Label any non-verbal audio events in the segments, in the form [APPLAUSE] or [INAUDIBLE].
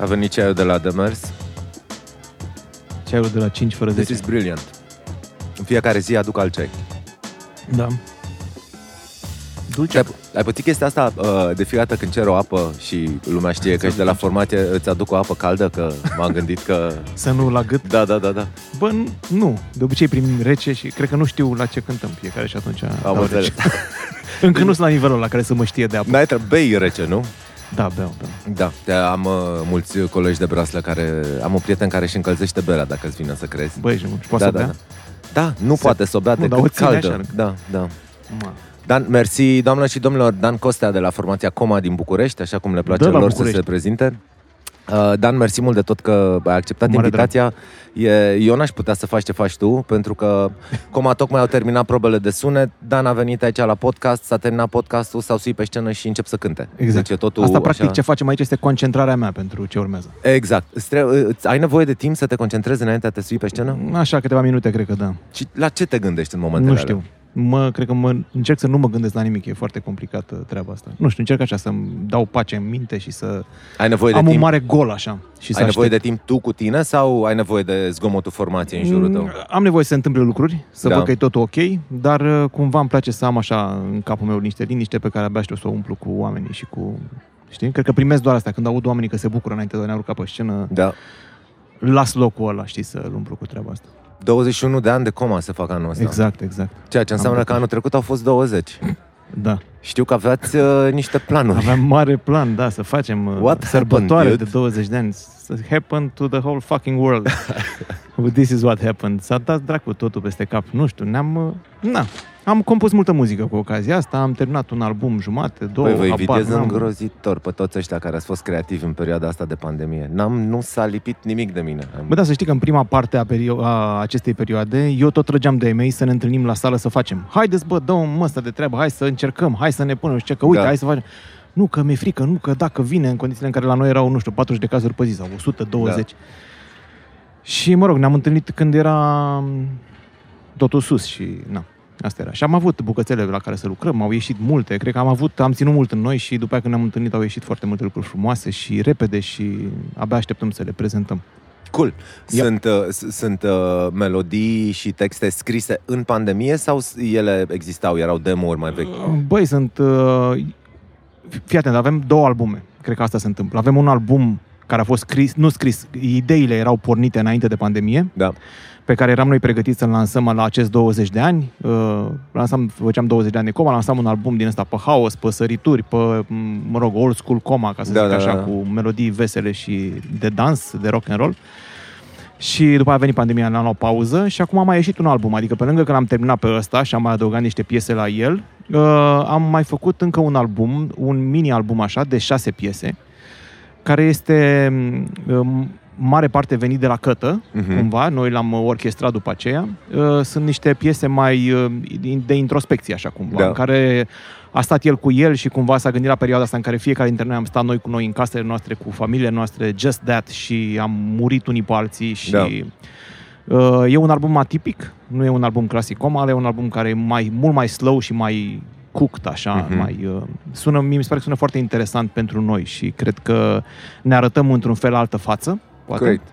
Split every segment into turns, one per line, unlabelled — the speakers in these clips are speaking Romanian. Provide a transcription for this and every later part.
A venit ceaiul de la Demers.
Ceaiul de la 5 fără
This
10.
is brilliant. În fiecare zi aduc alt ceai.
Da. Dulce.
Ai, ai pățit chestia asta uh, de fiecare dată când cer o apă și lumea știe că ești de la formație, îți aduc o apă caldă? Că
[LAUGHS]
m-am gândit că...
Să nu la gât.
Da, da, da, da.
Bă, nu. De obicei primim rece și cred că nu știu la ce cântăm fiecare și atunci...
Am
dau
înțeles. Da.
rece. [LAUGHS] Încă nu sunt la nivelul la care să mă știe de apă.
N-ai trebuit bei rece, nu?
Da, beau, beau.
Da, te- am uh, mulți colegi de braslă care... Am un prieten care își încălzește berea, dacă îți vine să crezi.
Băi, și poate
da,
să
da,
bea?
da. Da, nu
Se-
poate să o bea
Nu, dar
decât
o ține
caldă.
așa.
Da, da.
Ma.
Dan, mersi, doamnelor și domnilor, Dan Costea de la formația Coma din București, așa cum le place
De Da, la
lor să
București.
se prezinte. Uh, Dan, mersi mult de tot că ai acceptat
Cu mare
invitația. E, eu n-aș putea să faci ce faci tu, pentru
[LAUGHS]
că Coma tocmai au terminat probele de sunet, Dan a venit aici la podcast, s-a terminat podcastul, s-au suit pe scenă și încep să cânte.
Exact.
Deci e totul
Asta, practic,
așa...
ce facem aici este concentrarea mea pentru ce urmează.
Exact. Îți trebuie- îți- Ai nevoie de timp să te concentrezi înainte de a te sui pe scenă?
Așa, câteva minute, cred că da.
Și la ce te gândești în momentele
Nu
alea?
știu. Mă, cred că mă, încerc să nu mă gândesc la nimic, e foarte complicată treaba asta. Nu știu, încerc așa să-mi dau pace în minte și să
Ai nevoie de
am
timp?
un mare gol așa. Și să
Ai nevoie
aștept. Mm,
de timp tu cu tine sau ai nevoie de zgomotul formației în jurul tău?
Am nevoie să se întâmple lucruri, să
Da.
da. văd că e totul ok, dar uh, cumva îmi place să am așa în capul meu niște liniște pe care abia știu să o umplu cu oamenii și cu... Știi? Cred că primesc doar asta. Când aud oamenii că se bucură înainte de a ne urca pe scenă,
Da.
las locul ăla, știi, să-l umplu cu treaba asta.
21 de ani de coma se fac anul ăsta.
Exact, exact.
Ceea ce
Am
înseamnă că
trecut.
anul trecut au fost 20.
Da.
Știu că aveați uh, niște planuri.
Aveam mare plan, da, să facem uh,
What
sărbătoare
happened, dude?
de 20 de ani. Să happened to the whole fucking
[LAUGHS]
world. This is what happened. S-a dat dracu totul peste cap. Nu știu, ne-am... uh, Na, am compus multă muzică cu ocazia asta, am terminat un album jumate, două,
Păi vă
habar,
invidiez
n-am.
îngrozitor pe toți ăștia care ați fost creativi în perioada asta de pandemie. N-am, nu s-a lipit nimic de mine. Am-
Bă, da, să știi că în prima parte a, perio- a acestei perioade, eu tot trăgeam de ei mei să ne întâlnim la sală să facem. Haideți, bă, dăm mă asta de treabă, hai să încercăm, hai să ne punem, și ce, că uite,
Da.
hai să facem. Nu, că mi-e frică, nu, că dacă vine în condițiile în care la noi erau, nu știu, 40 de cazuri pe zi sau 120. Da. Și, mă rog, ne-am întâlnit când era totul sus și, na, asta era. Și am avut bucățele la care să lucrăm, au ieșit multe, cred că am avut, am ținut mult în noi și după aia când ne-am întâlnit au ieșit foarte multe lucruri frumoase și repede și abia așteptăm să le prezentăm.
Cool.
da. Ia.
Sunt, uh, s- sunt uh, melodii și texte scrise în pandemie sau s- ele existau, erau demo-uri mai
Mm.
vechi?
Băi, sunt... Uh, fii atent, avem două albume. Cred că asta se întâmplă. Avem un album care a fost scris, nu scris, ideile erau pornite înainte de pandemie,
Da.
pe care eram noi pregătiți să-l lansăm la acest 20 de ani. Uh, lansam, făceam 20 de ani de coma, lansam un album din ăsta pe haos, pe sărituri, pe, m, mă rog, old school coma, ca să
Da,
da, zic
da,
așa,
da.
da. cu melodii vesele și de dans, de rock and roll. Și după aia a venit pandemia, ne-am luat pauză și acum a mai ieșit un album. Adică pe lângă că l-am terminat pe ăsta și am mai adăugat niște piese la el, uh, am mai făcut încă un album, un mini-album așa, de șase piese, care este m, um, mare parte venit de la Cătă,
Mhm.
uh-huh. cumva. Noi l-am uh, orchestrat după aceea. Uh, sunt niște piese mai uh, in- de introspecție, așa cumva,
Da.
da. în care a stat el cu el și cumva s-a gândit la perioada asta în care fiecare dintre noi am stat noi cu noi în casele noastre, cu familiile noastre, just that și am murit unii pe alții și...
Da.
Da. Uh, E un album atipic, nu e un album clasic om, ale e un album care e mai, mult mai slow și mai cooked, așa,
Mhm.
mm-hmm. mai... uh, Sună, mie mi se pare că sună foarte interesant pentru noi și cred că ne arătăm într-un fel altă față, poate.
Corect.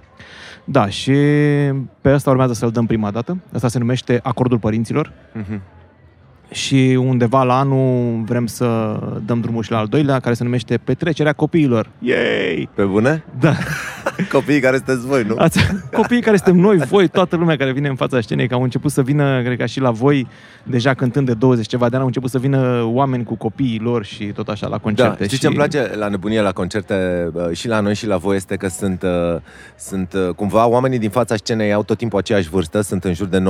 Da, și pe asta urmează să-l dăm prima dată. Asta se numește Acordul Părinților
Mhm.
și undeva la anul vrem să dăm drumul și la al doilea, care se numește Petrecerea Copiilor. Yay!
Pe bune?
Da.
Copiii care sunteți voi, nu?
Ați, copiii care suntem noi, voi, toată lumea care vine în fața scenei, că au început să vină, cred că și la voi, deja cântând de 20 ceva de ani, au început să vină oameni cu copiii lor și tot așa la
Da,
concerte.
știi
și...
ce îmi place la nebunie, la concerte, bă, și la noi și la voi, este că sunt, uh, sunt uh, cumva oamenii din fața scenei au tot timpul aceeași vârstă, sunt în jur de 19-20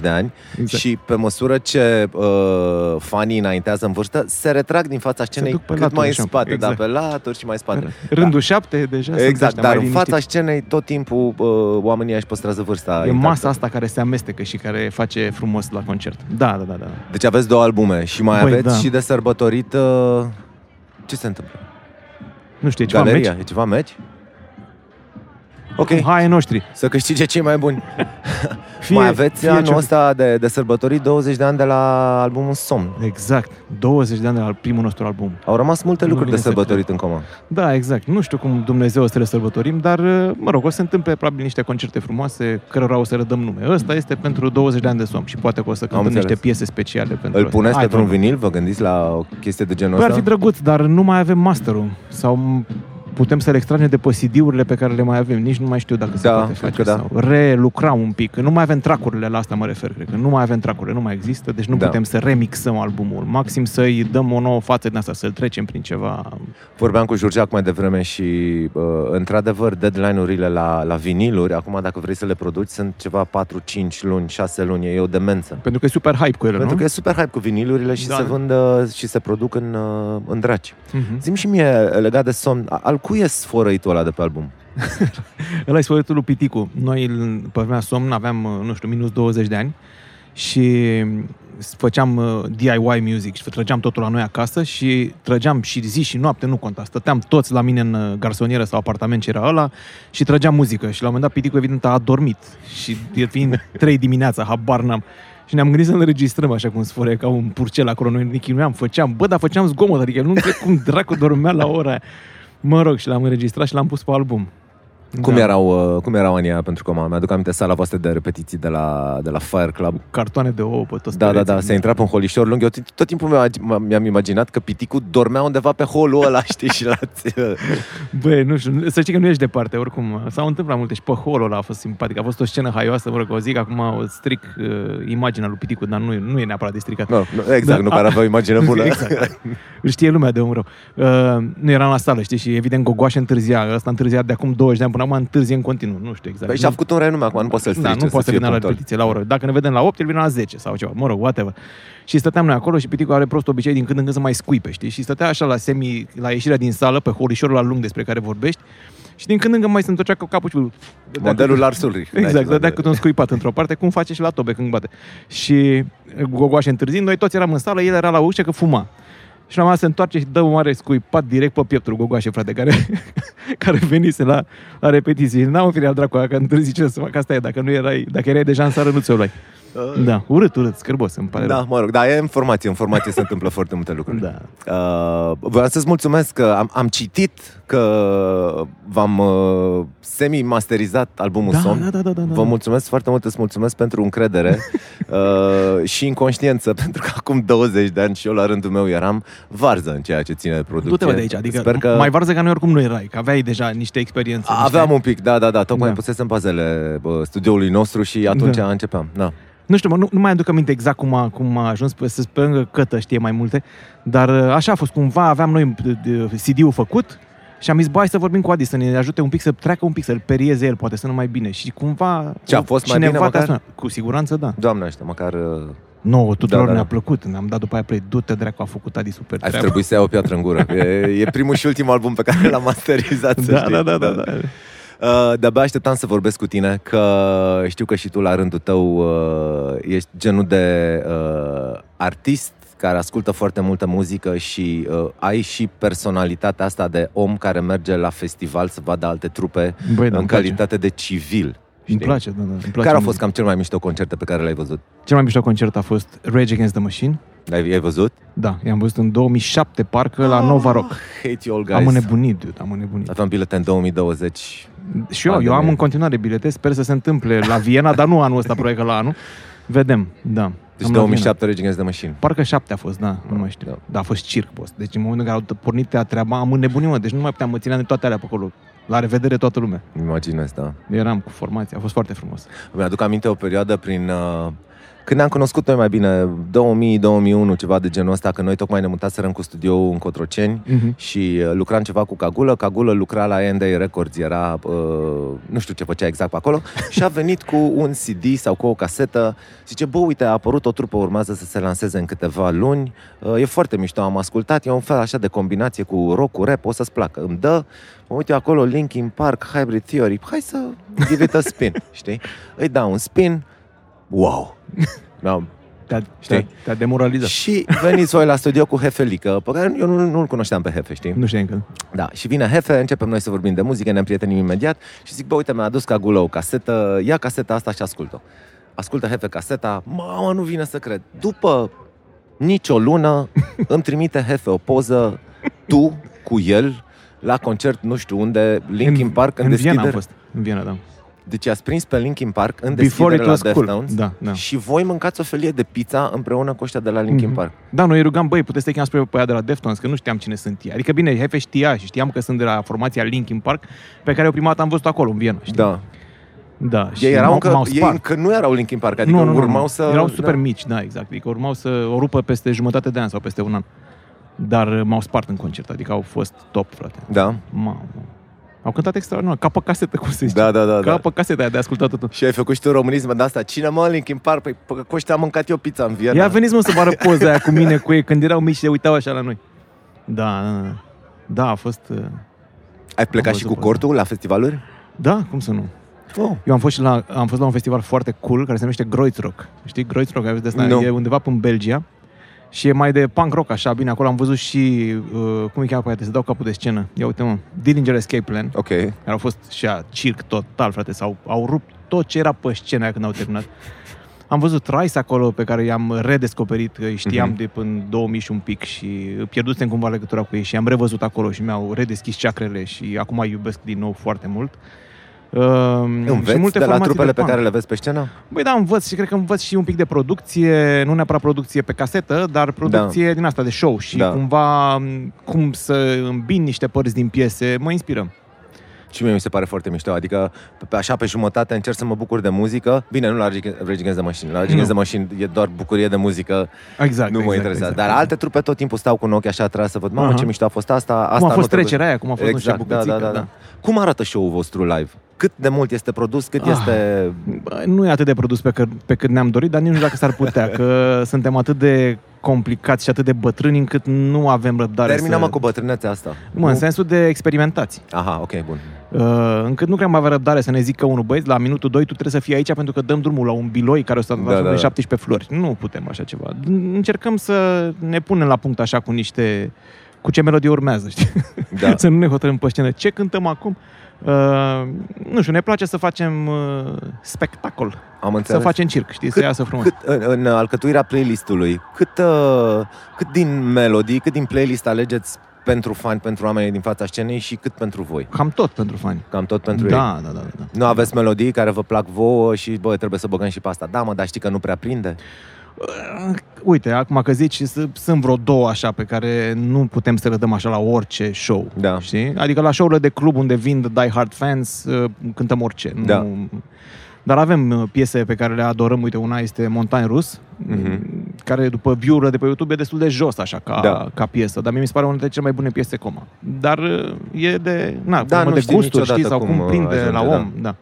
de ani
[LAUGHS] Exact.
și pe măsură ce uh, fanii înaintează în vârstă, se retrag din fața scenei
duc pe
cât
laturi,
mai în
așa.
spate,
Exact.
da, pe laturi și mai spate.
Rândul 7 deja
Da.
sunt
Exact,
ăștia
dar
mai
în fața
liniștiți.
scenei tot timpul uh, oamenii își păstrează vârsta. exact.
E
intactă.
masa asta care se amestecă și care face frumos la concert. Da, da, da, da.
Deci aveți două albume și mai
Băi,
aveți
da.
și de sărbătorit... Uh, ce se întâmplă?
Nu știu, e ceva
Galeria,
meci?
e ceva meci? Ok,
Cu haie noștri.
să câștige cei mai buni.
Fie,
mai aveți
fie ce-
anul ăsta de, de sărbătorit 20 de ani de la albumul Somn.
Exact. 20 de ani de la primul nostru album.
Au rămas multe
Nu
lucruri de
vine să
sărbătorit în comă.
Da, exact. Nu știu cum Dumnezeu o să le sărbătorim, dar, uh, mă rog, o să se întâmple probabil niște concerte frumoase, cărora o să le dăm nume. Ăsta este pentru 20 de ani de somn și poate că o să cântăm
înțeles.
niște piese speciale pentru
Îl
asta.
puneți
I
pe
don't
un
know.
vinil? Vă gândiți la o chestie de genul
Păi ar
ăsta?
fi drăguț, dar nu mai avem masterul. Sau putem să le extragem de pe CD-urile pe care le mai avem. Nici nu mai știu dacă se
Da,
poate
cred
face.
că da.
Sau relucra un pic. Nu mai avem tracurile, la asta mă refer, cred că. Nu mai avem tracurile, nu mai există, deci nu
Da.
putem să remixăm albumul. Maxim să-i dăm o nouă față din asta, să-l trecem prin ceva
Vorbeam cu Jurgeac mai devreme și, uh, într-adevăr, deadline-urile la, la viniluri, acum dacă vrei să le produci, sunt ceva 4-5 luni, 6 luni, e o demență.
Pentru că e super hype cu ele,
Pentru
Da, nu?
că e super hype cu vinilurile și
Da.
se vând uh, și se produc în, uh, în draci.
Mhm.
Zim și mie, eh, legat de somn, a- al cui e sfărăitul ăla de pe album?
Ăla e sfătuitul lui Piticu. Noi, îl- pe vremea somn, aveam, uh, nu știu, minus 20 de ani și mm, făceam uh, DIY music și trăgeam totul la noi acasă și trăgeam și zi și noapte, nu conta. Stăteam toți la mine în uh, garsonieră sau apartament ce era ăla și trăgeam muzică și la un moment dat Piticu evident a adormit și e fiind 3 dimineața, habar n-am. Și ne-am gândit să ne înregistrăm așa cum spune, ca un purcel acolo. Noi ne chinuiam, făceam, bă, dar făceam zgomot, adică nu înțeleg cum dracu dormea la ora aia. Mă rog, și l-am înregistrat și l-am pus pe album.
Cum,
Da.
erau, uh, cum erau anii aia pentru coma? Mi-aduc aminte sala voastră de repetiții de la, de la Fire Club.
cartoane de ouă pe toți
Da, da,
pereții.
da, se intra pe un holișor lung. Eu tot tot timpul mi-am- mi-am imaginat că piticul dormea undeva pe holul ăla, [LAUGHS] știi, și eh, la...
Băi, nu știu, să știi că nu ești departe, oricum. S-au întâmplat multe și pe holul ăla a fost simpatic. A fost o scenă haioasă, mă rog, o zic, acum o stric uh, imaginea lui Piticu, dar nu, e- nu e neapărat de stricat.
No, nu, exact, nu
Da.
care avea o imagine bună.
[LAUGHS] Exact. Îl știe lumea de om rău. Uh, nu eram la sală, știi, și evident Gogoașe întârzia. Ăsta întârzia de acum 20 de ani până acum întârzie în continuu. Nu știu exact.
Păi
Nu-
și-a făcut un renume acum, nu poți să-l strici.
da, nu poate să vină la repetiție la oră. Dacă ne vedem la 8, el vine la 10 sau ceva. Mă rog, whatever. Și stăteam noi acolo și Piticu are prost obicei din când în când să mai scuipe, știi? Și stătea așa la semi, la ieșirea din sală, pe horișorul la lung despre care vorbești. Și din când în când mai se întorcea cu capul și... dădea
Modelul
câte-
Lars Ulrich. da.
Exact, dădea câte un scuipat într-o parte, cum face și la tobe când bate. Și gogoașe întârzind, noi toți eram în sală, el era la ușă că fuma. Și la un moment dat se întoarce și dă un mare scuipat direct pe pieptul gogoașe, frate, care, [LAUGHS] care venise la, la repetiții. N-am fi al dracu, că întârzi ce să fac asta e, dacă nu erai, dacă erai deja în sală, nu ți-o luai. Da, urât, urât, scârbos, îmi pare
Ă. Da,
rău.
mă rog, dar e informație, informație se [LAUGHS] întâmplă foarte multe lucruri.
Da.
Uh, vreau să-ți mulțumesc că am, am citit că v-am uh, semi-masterizat albumul
Da,
Somn.
da, da, da, da, da.
Vă mulțumesc foarte mult, îți mulțumesc pentru
[LAUGHS]
încredere uh, și inconștiență, [LAUGHS] pentru că acum 20 de ani și eu la rândul meu eram varză în ceea ce ține de producție.
Du-te bă, de aici, adică
Sper că
mai varză ca noi oricum nu erai, că aveai deja niște experiențe. niște-
aveam un pic, da, da, da, tocmai
Da.
da. pusesem bazele bă, studioului nostru și atunci
Da.
da. începeam. Da.
Nu știu, mă, nu, nu mai aduc aminte exact cum a, cum a ajuns, p- să sperăm că Cătă știe mai multe, dar uh, așa a fost, cumva aveam noi uh, de- de- CD-ul făcut și am zis, bai să vorbim cu Adi, să ne ajute un pic, să treacă un pic, să-l perieze el, poate să nu mai bine. Și cumva...
Ce, a fost mai
cineva
bine măcar?
te-a sunat. Cu siguranță, da.
Doamne ăștia, măcar uh,
Nouă,
Da,
tuturor da,
da,
ne-a
da.
plăcut, ne-am dat după aia play, du-te dracu, a făcut Adi super
ar fi
treabă.
trebuit să iau o piatră în gură. E, e primul și ultimul album pe care l-am masterizat, să
[LAUGHS] Da,
știi.
da, da, da, da.
Uh, De-abia așteptam să vorbesc cu tine, că știu că și tu la rândul tău uh, ești genul de uh, artist care ascultă foarte multă muzică și uh, ai și personalitatea asta de om care merge la festival să vadă alte trupe
Băi, da,
în
îmi place.
calitate de civil.
Îmi
știi?
place, da, da, îmi place.
Care au
mult.
fost cam cel mai mișto concerte pe care l-ai văzut?
Cel mai mișto concert a fost Rage Against the Machine.
Ai, ai văzut?
Da, i-am văzut în 2007, parcă, la Nova Rock.
Hate you all Ah, guys.
Am înnebunit, dude, am înnebunit.
Aveam bilete în 2020.
Și eu, eu
Pandemie.
am în continuare bilete, sper să se întâmple la Viena, dar nu anul ăsta, probabil că la anul. Vedem, da. Am la
Deci
Viena.
2007 Rage Against the Machine.
Parcă șapte a fost, da, nu mai știu.
Da.
Da. a fost circ, boss. Deci în momentul în care au pornit ea treaba, am înnebunit, mă, deci nu mai puteam mă țineam de toate alea pe acolo. La revedere toată lumea.
Îmi Imaginez, da.
Eram cu formația, a fost foarte frumos.
Mi-aduc aminte o perioadă prin... uh, Când ne-am cunoscut noi mai bine, 2000-2001, ceva de genul ăsta, că noi tocmai ne mutaserăm cu studioul în Cotroceni
Mhm.
și uh, lucram ceva cu Cagulă. Cagulă lucra la Endei Records, era... Uh, nu știu ce făcea exact pe acolo. Și a venit cu un CD sau cu o casetă. Zice, bă, uite, a apărut o trupă, urmează să se lanseze în câteva luni. Uh, e foarte mișto, am ascultat. E un fel așa de combinație cu rock, cu rap, o să-ți placă. Îmi dă, mă uite acolo, Linkin Park, Hybrid Theory. Hai să give it a spin, știi? Îi dau un spin, wow! Mi-am
Te-a,
Știi?
te-a, te-a demoralizat.
Da. Și veniți voi la studio cu Hefelică, pe care eu nu, nu-l cunoșteam pe Hefe, știi?
Nu știam că...
Da, și vine Hefe, începem noi să vorbim de muzică, ne prietenim imediat și zic, bă, uite, mi-a adus Cagulo o casetă, ia caseta asta și ascultă. Ascultă Hefe caseta, mamă, nu vine să cred. După nicio
[LAUGHS]
lună îmi trimite Hefe o poză, tu cu el, la concert nu știu unde, Linkin Park, în,
în Viena am
deschidere.
fost. În Viena, da.
Deci ați prins pe Linkin Park în deschidere
Before it
la
was cool.
Deftones
Da, da.
și voi mâncați o felie de pizza împreună cu ăștia de la Linkin
Mhm.
Park.
Da, noi îi rugam, băi, puteți să-i cheam spre pe aia de la Deftones, că nu știam cine sunt ei. Adică, bine, Hefe știa și știam că sunt de la formația Linkin Park, pe care eu prima dată am văzut acolo, în Viena. Știi?
Da.
da și
Ei, erau
m-au-
încă,
m-au
ei
spart.
încă nu erau Linkin Park, adică
nu, nu, nu,
urmau
nu.
să...
Erau super
da.
mici, da, exact. Adică urmau să o rupă peste jumătate de an sau peste un an. Dar uh, m-au spart în concert, adică au fost top, frate.
Da.
Mamă. Au cântat extraordinar, ca pe casetă, cum se zice.
Da, da, da,
ca
da.
pe caseta aia de ascultat tot.
Și ai făcut și tu românism de asta. Cine mă, Linkin Park? Păi, pă, cu ăștia am mâncat eu pizza în Viena.
Ia veniți mă să vă arăt poza aia cu mine, cu ei, când erau mici și se uitau așa la noi. Da, da, da. da a fost... uh,
Ai plecat
Am
și cu
văzut pe
cortul la festivaluri?
Da, cum să nu?
Oh.
Eu am fost, și la, am fost la un festival foarte cool care se numește Groitrock. Știi, Groitrock, ai văzut de asta?
Nu.
E undeva în Belgia și e mai de punk rock, așa, bine, acolo am văzut și, uh, cum îi cheamă pe aia, să dau capul de scenă. Ia uite, mă, Dillinger Escape Plan,
Ok.
care au fost și a circ total, frate, sau au rupt tot ce era pe scenă aia când au terminat. Am văzut Rice acolo, pe care i-am redescoperit, că îi știam
Mhm.
de până 2000 și un pic și pierdusem cumva legătura cu ei și am revăzut acolo și mi-au redeschis ceacrele și acum îi iubesc din nou foarte mult. Um, și
Înveți
multe
de la
formații
trupele pe
punk.
care le vezi pe scenă?
Băi, da, învăț și cred că învăț și un pic de producție, nu neapărat producție pe casetă, dar producție din asta, de show și
Da.
cumva m, cum să îmbin niște părți din piese, mă inspiră.
Și mie mi se pare foarte mișto, adică pe- pe așa pe jumătate încerc să mă bucur de muzică. Bine, nu la Rage Rage Against the Machine. La Rage Against the Machine e doar bucurie de muzică,
Exact,
nu mă interesează. Dar alte trupe tot timpul stau cu un ochi așa atras să văd, mamă,
Aha.
ce mișto a fost asta, asta
Cum a
nu
fost
trebuie-
trecerea aia, cum a fost
Exact,
nu
da, da, da, da. Cum arată show-ul vostru live? Cât de mult este produs, cât
Ah.
este...
Bă, nu e atât de produs pe, că, pe cât ne-am dorit, dar nici nu știu dacă s-ar
[LAUGHS]
putea, că suntem atât de complicați și atât de bătrâni încât nu avem răbdare
Terminăm
să...
cu bătrânețea asta.
Mă, în sensul de experimentați.
Aha, ok, bun.
Uh, încât nu prea mai avea răbdare să ne zică unul băieți, la minutul 2 tu trebuie să fii aici pentru că dăm drumul la un biloi care o să
Da,
da,
da,
da,
da.
17 flori. Nu putem așa ceva. Încercăm să ne punem la punct așa cu niște cu ce melodie urmează, știi?
Da.
[LAUGHS] să nu ne hotărâm pe scenă. Ce cântăm acum? Uh, nu știu, ne place să facem uh, spectacol,
Am
să
înțeles.
facem circ, știi, să iasă frumos.
cât, în, în alcătuirea playlistului, cât, uh, cât din melodii, cât din playlist alegeți pentru fani, pentru oamenii din fața scenei și cât pentru voi?
Cam tot pentru fani.
Cam tot pentru ei.
da, da, da, da.
Nu aveți melodii care vă plac vouă și, bă, trebuie să băgăm și pe asta. Da, mă, dar știi că nu prea prinde?
Uite, acum că zici, s- sunt vreo două așa pe care nu putem să le dăm așa la orice show.
Da.
Știi? Adică la show-urile de club unde vin Die Hard fans, uh, cântăm orice. Nu...
Da.
Dar avem uh, piese pe care le adorăm. Uite, una este Montan Rus,
Mhm.
care după view-urile de pe YouTube e destul de jos așa ca,
Da.
ca piesă. Dar mie mi se pare una dintre cele mai bune piese coma. Dar uh, e de, na,
Da,
da,
nu
de
știi
gusturi,
niciodată
știi, sau cum,
cum, uh,
prinde la
ajunge,
om. Da. da.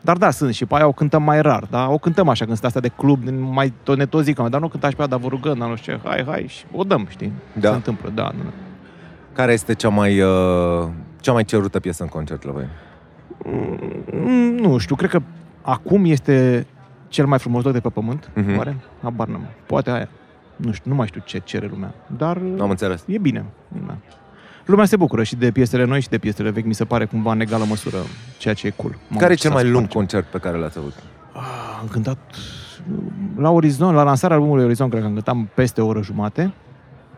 Dar da, sunt și pe aia o cântăm mai rar, da? O cântăm așa când sunt astea de club, ne- mai tot, ne tot zic, "Mă, dar nu cântați pe aia, dar vă rugăm, dar nu știu ce, hai, hai, și o dăm, știi?
Da.
Se întâmplă, da, da, da.
Care este cea mai, uh, cea mai cerută piesă în concert la voi?
Mm, Nu știu, cred că acum este cel mai frumos loc de pe pământ,
Mhm.
mm-hmm. oare? Habar n-am. Poate aia. Nu știu, nu mai știu ce cere lumea, dar
Am înțeles.
e bine. Da. Lumea se bucură și de piesele noi și de piesele vechi, mi se pare cumva în egală măsură, ceea ce e cool. Mamă,
Care e
ce
cel
s-a
mai
spart.
lung concert pe care l-ați avut?
Ah, am cântat uh, la Orizont, la lansarea albumului Orizont, cred că am cântat peste o oră jumate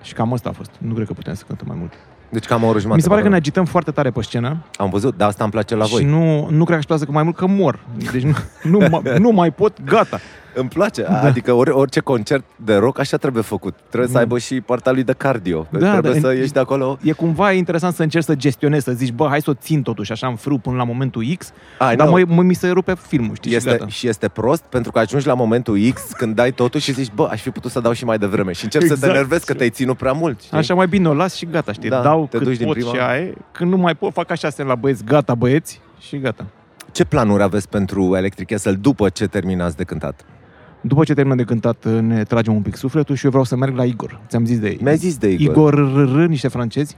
și cam asta a fost. Nu cred că putem să cântăm mai mult.
Deci cam o oră jumătate.
Mi se pare că ne
pardon.
agităm foarte tare pe scenă
Am văzut, dar asta îmi place la
și
voi.
nu, nu cred că aș plaza că mai mult că mor. Deci nu, nu, ma- nu mai pot, gata.
Îmi place, da. adică ori, orice concert de rock așa trebuie făcut. Trebuie să aibă și partea lui de cardio. Da,
Da,
trebuie
da,
să
în-
ieși de acolo.
E cumva interesant să încerci să gestionezi, să zici, bă, hai să o țin totuși așa în frâu până la momentul X,
Ai,
dar
nu.
mă, mă, mi se rupe filmul, știi, și
Este,
gata.
și este prost pentru că ajungi la momentul X când dai totul și zici, bă, aș fi putut să dau și mai devreme. Și începi să te
Exact.
enervezi că te-ai ținut prea mult. Știi?
Așa mai bine o las și gata, știi,
Da,
dau
te
cât
duci din
pot
prima.
și aia e. Când nu mai pot, fac așa semn la băieți, gata băieți și gata.
Ce planuri aveți pentru Electric Castle după ce terminați de cântat?
După ce terminăm de cântat, ne tragem un pic sufletul și eu vreau să merg la Igor. Ți-am zis de ei.
Mi-ai zis de Igor.
Igor R, R, niște francezi.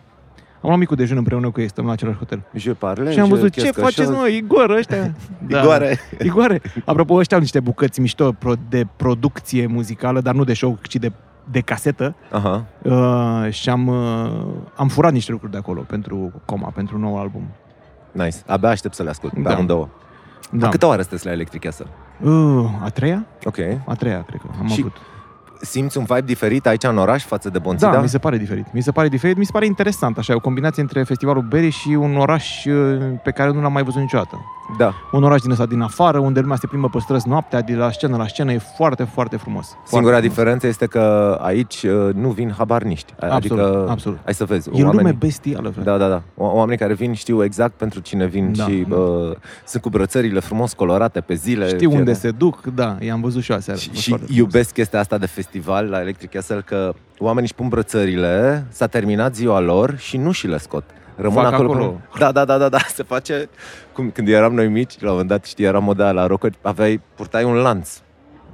Am luat micul dejun împreună cu ei, stăm la același hotel.
Je parle,
și am
je
văzut, ce
chescă
faceți,
și-
mă, Igor, [LAUGHS] ăștia? Da.
Igoare.
Igoare. Apropo, ăștia au niște bucăți mișto pro- de producție muzicală, dar nu de show, ci de, de casetă.
Aha.
Uh, și am, uh, am furat niște lucruri de acolo pentru Coma, pentru un nou album.
Nice. Abia aștept să le ascult pe
Da.
amândouă.
Da.
Da. Câte oară sunteți la Electric Castle?
Uh, a treia?
Ok.
A treia, cred că am
Și-
avut.
Simți un vibe diferit aici în oraș față de Bonțida?
Da, mi se pare diferit. Mi se pare diferit, mi se pare interesant, așa, e o combinație între festivalul Berry și un oraș uh, pe care nu l-am mai văzut niciodată.
da.
Un oraș din ăsta din afară, unde lumea se plimbă pe străzi noaptea, de la scenă la scenă, e foarte, foarte frumos. Foarte
Singura
frumos.
diferență este că aici uh, nu vin habarniști.
Absolut,
adică,
absolut.
Hai să vezi.
E lume bestială, frate.
da, da, da. O- Oamenii care vin știu exact pentru cine vin
Da.
da. și uh, sunt cu brățările frumos colorate pe zile.
Știu unde
fiecare.
se duc, da, i-am văzut și eu aseară.
Și,
fost
și
foarte frumos.
iubesc chestia asta de festival la Electric Castle că oamenii își pun brățările, s-a terminat ziua lor și nu și le scot. Rămân
Fac
acolo.
acolo.
până- Da, da, da, da, [LAUGHS] da, se face cum când eram noi mici, la un moment dat, știi, era moda aia la rocări, aveai purtai un lanț.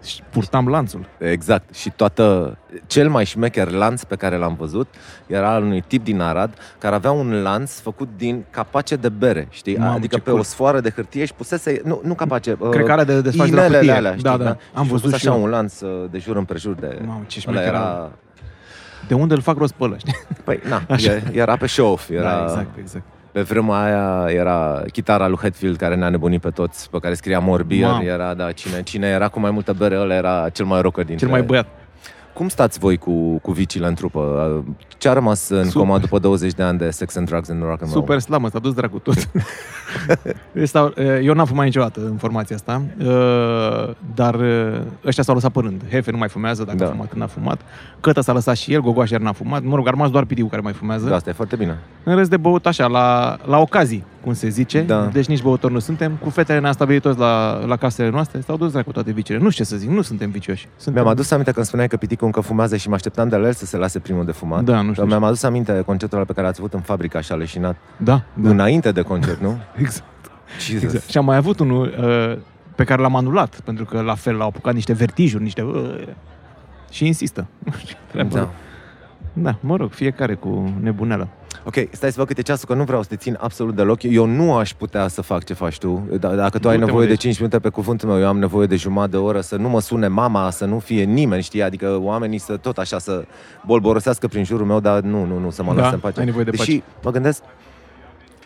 Și purtam lanțul.
Exact. Și toată cel mai șmecher lanț pe care l-am văzut era al unui tip din Arad care avea un lanț făcut din capace de bere, știi?
Mamă,
adică
ce
pe
cool.
o sfoară de hârtie și pusese, nu, nu capace,
Cred că
uh,
alea de desfaci de la
inelele
cutie.
alea, știi,
da, da, Am
și
văzut
a
și
făcut așa
eu.
un lanț uh, de jur împrejur de...
Mamă, ce
Ăla
șmecher era...
era...
De unde îl fac rost pe ăla, știi?
Păi, na,
Așa.
e- era pe show-off. Era...
Da, exact, exact.
Pe vremea aia era chitara lui Hetfield care ne-a nebunit pe toți, pe care scria More Beer,
Mamă.
era, da, cine, cine era cu mai multă bere, ăla era cel mai rocker dintre...
Cel mai băiat.
Cum stați voi cu, cu vicile în trupă? Ce a rămas în
Super.
coma după 20 de ani de Sex and Drugs and Rock and Roll?
Super slamă, s-a dus
[LAUGHS]
dracu tot. Stau, eu n-am fumat niciodată în formația asta, uh, dar uh, ăștia s-au lăsat părând. Hefe nu mai fumează, dacă
Da.
a fumat, n-a fumat. Cătă s-a lăsat și el, Gogoaș iar n-a fumat. Mă rog, a rămas doar Pidiu care mai fumează.
Da, asta e foarte bine.
În rest de băut așa, la, la ocazii, cum se zice.
Da.
Deci nici băutori nu suntem. Cu fetele ne-am stabilit toți la, la casele noastre. S-au dus dracu toate vicile. Nu știu ce să zic, nu suntem vicioși. Suntem...
Mi-am adus aminte când spuneai că piticul încă fumează și mă așteptam de la el să se lase primul de fumat.
Da, nu știu.
Mi-am adus aminte concertul ăla pe care l-ați avut în fabrica și a leșinat
Da, da.
înainte de concert, nu?
Exact.
Jesus.
[LAUGHS] Exact. Și am mai avut unul uh, pe care l-am anulat, pentru că la fel l-au apucat niște vertijuri, niște... Uh, și insistă.
Da.
[LAUGHS] da. da, mă rog, fiecare cu nebuneală.
Ok, stai să văd câte ceasul, că nu vreau să te țin absolut deloc. Eu nu aș putea să fac ce faci tu. D- Dacă tu ai
Nu
nevoie
te
de
mândrești.
5 minute pe cuvântul meu, eu am nevoie de jumătate de oră, să nu mă sune mama, să nu fie nimeni, știi? Adică oamenii să tot așa să bolborosească prin jurul meu, dar nu, nu, nu, să mă
Da,
lasă în pace.
ai nevoie de
Deși mă gândesc,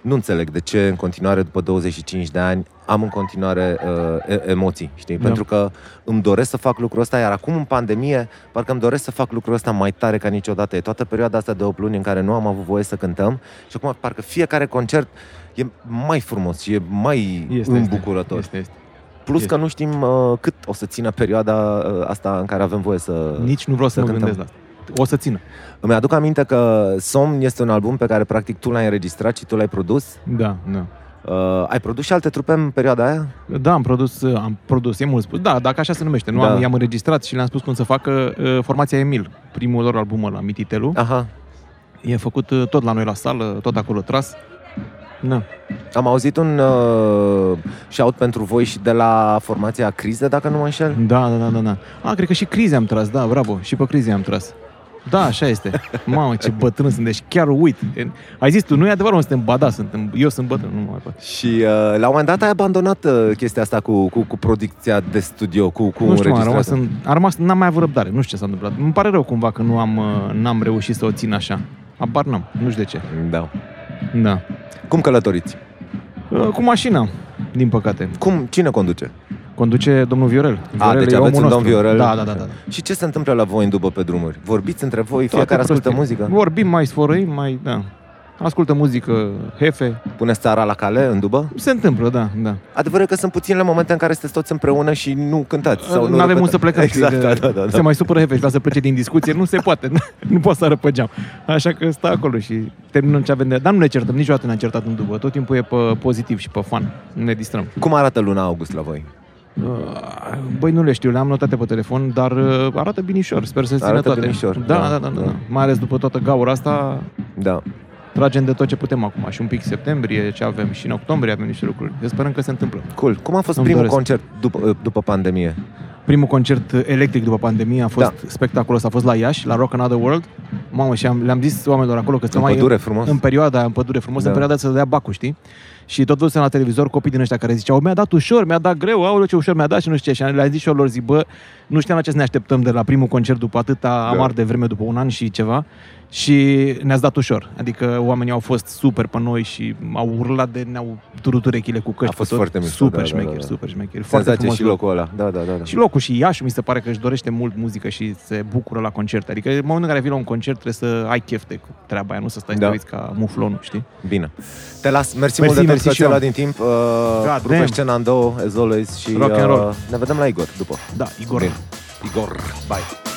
nu înțeleg de ce în continuare, după 25 de ani, am în continuare uh, e- emoții, știi?
Da.
Pentru că îmi doresc să fac lucrul ăsta, iar acum în pandemie, parcă îmi doresc să fac lucrul ăsta mai tare ca niciodată. E toată perioada asta de 8 luni în care nu am avut voie să cântăm și acum parcă fiecare concert e mai frumos și e mai este, îmbucurător. Este,
Este, este.
Plus
este.
că nu știm uh, cât o să țină perioada uh, asta în care avem voie să...
Da. Nici nu vreau să,
Să
mă
cântăm.
gândesc la asta. O să țină.
Îmi aduc aminte că Somn este un album pe care practic tu l-ai înregistrat și tu l-ai produs.
Da, da.
Uh, ai produs și alte trupe în perioada aia?
Da, am produs, uh, am produs, e mult spus. Da, dacă așa se numește. Nu
Da.
am, i-am înregistrat și le-am spus cum să facă uh, formația Emil, primul lor album la Mititelu.
Aha.
E făcut uh, tot la noi la sală, tot acolo tras. Da.
Am auzit un uh, shout pentru voi și de la formația Criză, dacă nu mă înșel.
Da, da, da, da, da. A, cred că și crize am tras, da, bravo, și pe crize am tras. Da, așa este. Mamă, ce bătrân sunt, deci chiar uit. Ai zis tu, nu e adevărat, mă, suntem bada, suntem, eu sunt bătrân, nu mă mai pot.
Și uh, la un moment dat ai abandonat uh, chestia asta cu, cu, cu producția de studio, cu, cu
Nu știu, am rămas,
înregistrarea.
în, am rămas, n-am mai avut răbdare, nu știu ce s-a întâmplat. Îmi pare rău cumva că nu am, uh, n-am reușit să o țin așa. Apar n-am, nu știu de ce.
Da.
Da.
Cum călătoriți?
Uh, Cu mașina, din păcate.
Cum, cine conduce? Ah,
Conduce domnul Viorel. Viorel
deci
e
aveți
omul
un domn
nostru.
Viorel.
Da, da, da, da. da.
Și ce se întâmplă la voi în dubă pe drumuri? Vorbiți între voi, fiecare
Toate
ascultă
prostii.
muzică?
Vorbim, mai sfărăim, mai, da. Ascultă muzică, hefe.
Puneți țara la cale în dubă?
Se întâmplă, da, da.
Adevărul e că sunt puținele momente în care sunteți toți împreună și nu cântați. Sau
nu avem
repetați.
unde să plecăm. știi,
Exact, da,
de-
da, da.
Se
da.
mai supără Hefe și vrea să plece din discuție. Nu se poate, nu, nu poate să arăpă geam. Așa că stă acolo și terminăm ce avem de... Dar nu ne certăm, niciodată ne-am certat în dubă. Tot timpul e pe pozitiv și pe fan. Ne distrăm.
Cum arată luna august la voi?
Uh, Băi, nu le știu, le-am notate pe telefon, dar uh, arată binișor. Sper să țină
Arată
toate.
binișor,
Da,
da,
da, da, da,
da.
da. Mai ales după toată gaura asta,
Da.
tragem de tot ce putem acum. Și un pic septembrie ce avem și în octombrie avem niște lucruri. Eu sperăm că se întâmplă.
Cool. Cum a fost
Îmi
primul
doresc.
concert după, uh, după pandemie?
Primul concert electric după pandemie a fost da. spectaculos, a fost la Iași, la Rock Another World. Mamă, și am, le-am zis oamenilor acolo că
În
mai
pădure, frumos.
În perioada aia, în pădure frumos,
Da.
da. în perioada aia să dea bacul, știi? Și tot văzusem la televizor copii din ăștia care ziceau, mi-a dat ușor, mi-a dat greu, aoleu ce ușor mi-a dat și nu știu ce. Și le-am zis și eu lor, zic, bă, nu știam la ce să ne așteptăm de la primul concert după atâta da. amar de vreme, după un an și ceva. Și ne-ați dat ușor. Adică oamenii au fost super pe noi și au urlat de ne-au durut urechile cu căști.
A fost
pe tot.
foarte mișto,
Păi
da,
Super
da,
șmecher,
da, da.
super șmecher. Foarte
Senzație
frumos
și
loc.
locul ăla. Da, da, da. da.
Și locul și Iașu mi se pare că își dorește mult muzică și se bucură la concerte. Adică în momentul în care vii la un concert trebuie să ai chef de cu treaba aia, nu să stai
Da.
da. să te uiți ca muflonul, știi?
Bine. Te las. Mersi,
Mersi,
mult de tot
mersi
că
și
ți-ai
eu.
luat din timp. Uh, Rupe
damn.
scena în două, as always. Și uh,
Rock and roll.
ne vedem la Igor după.
Da, Igor.
Bine. Igor. Bye.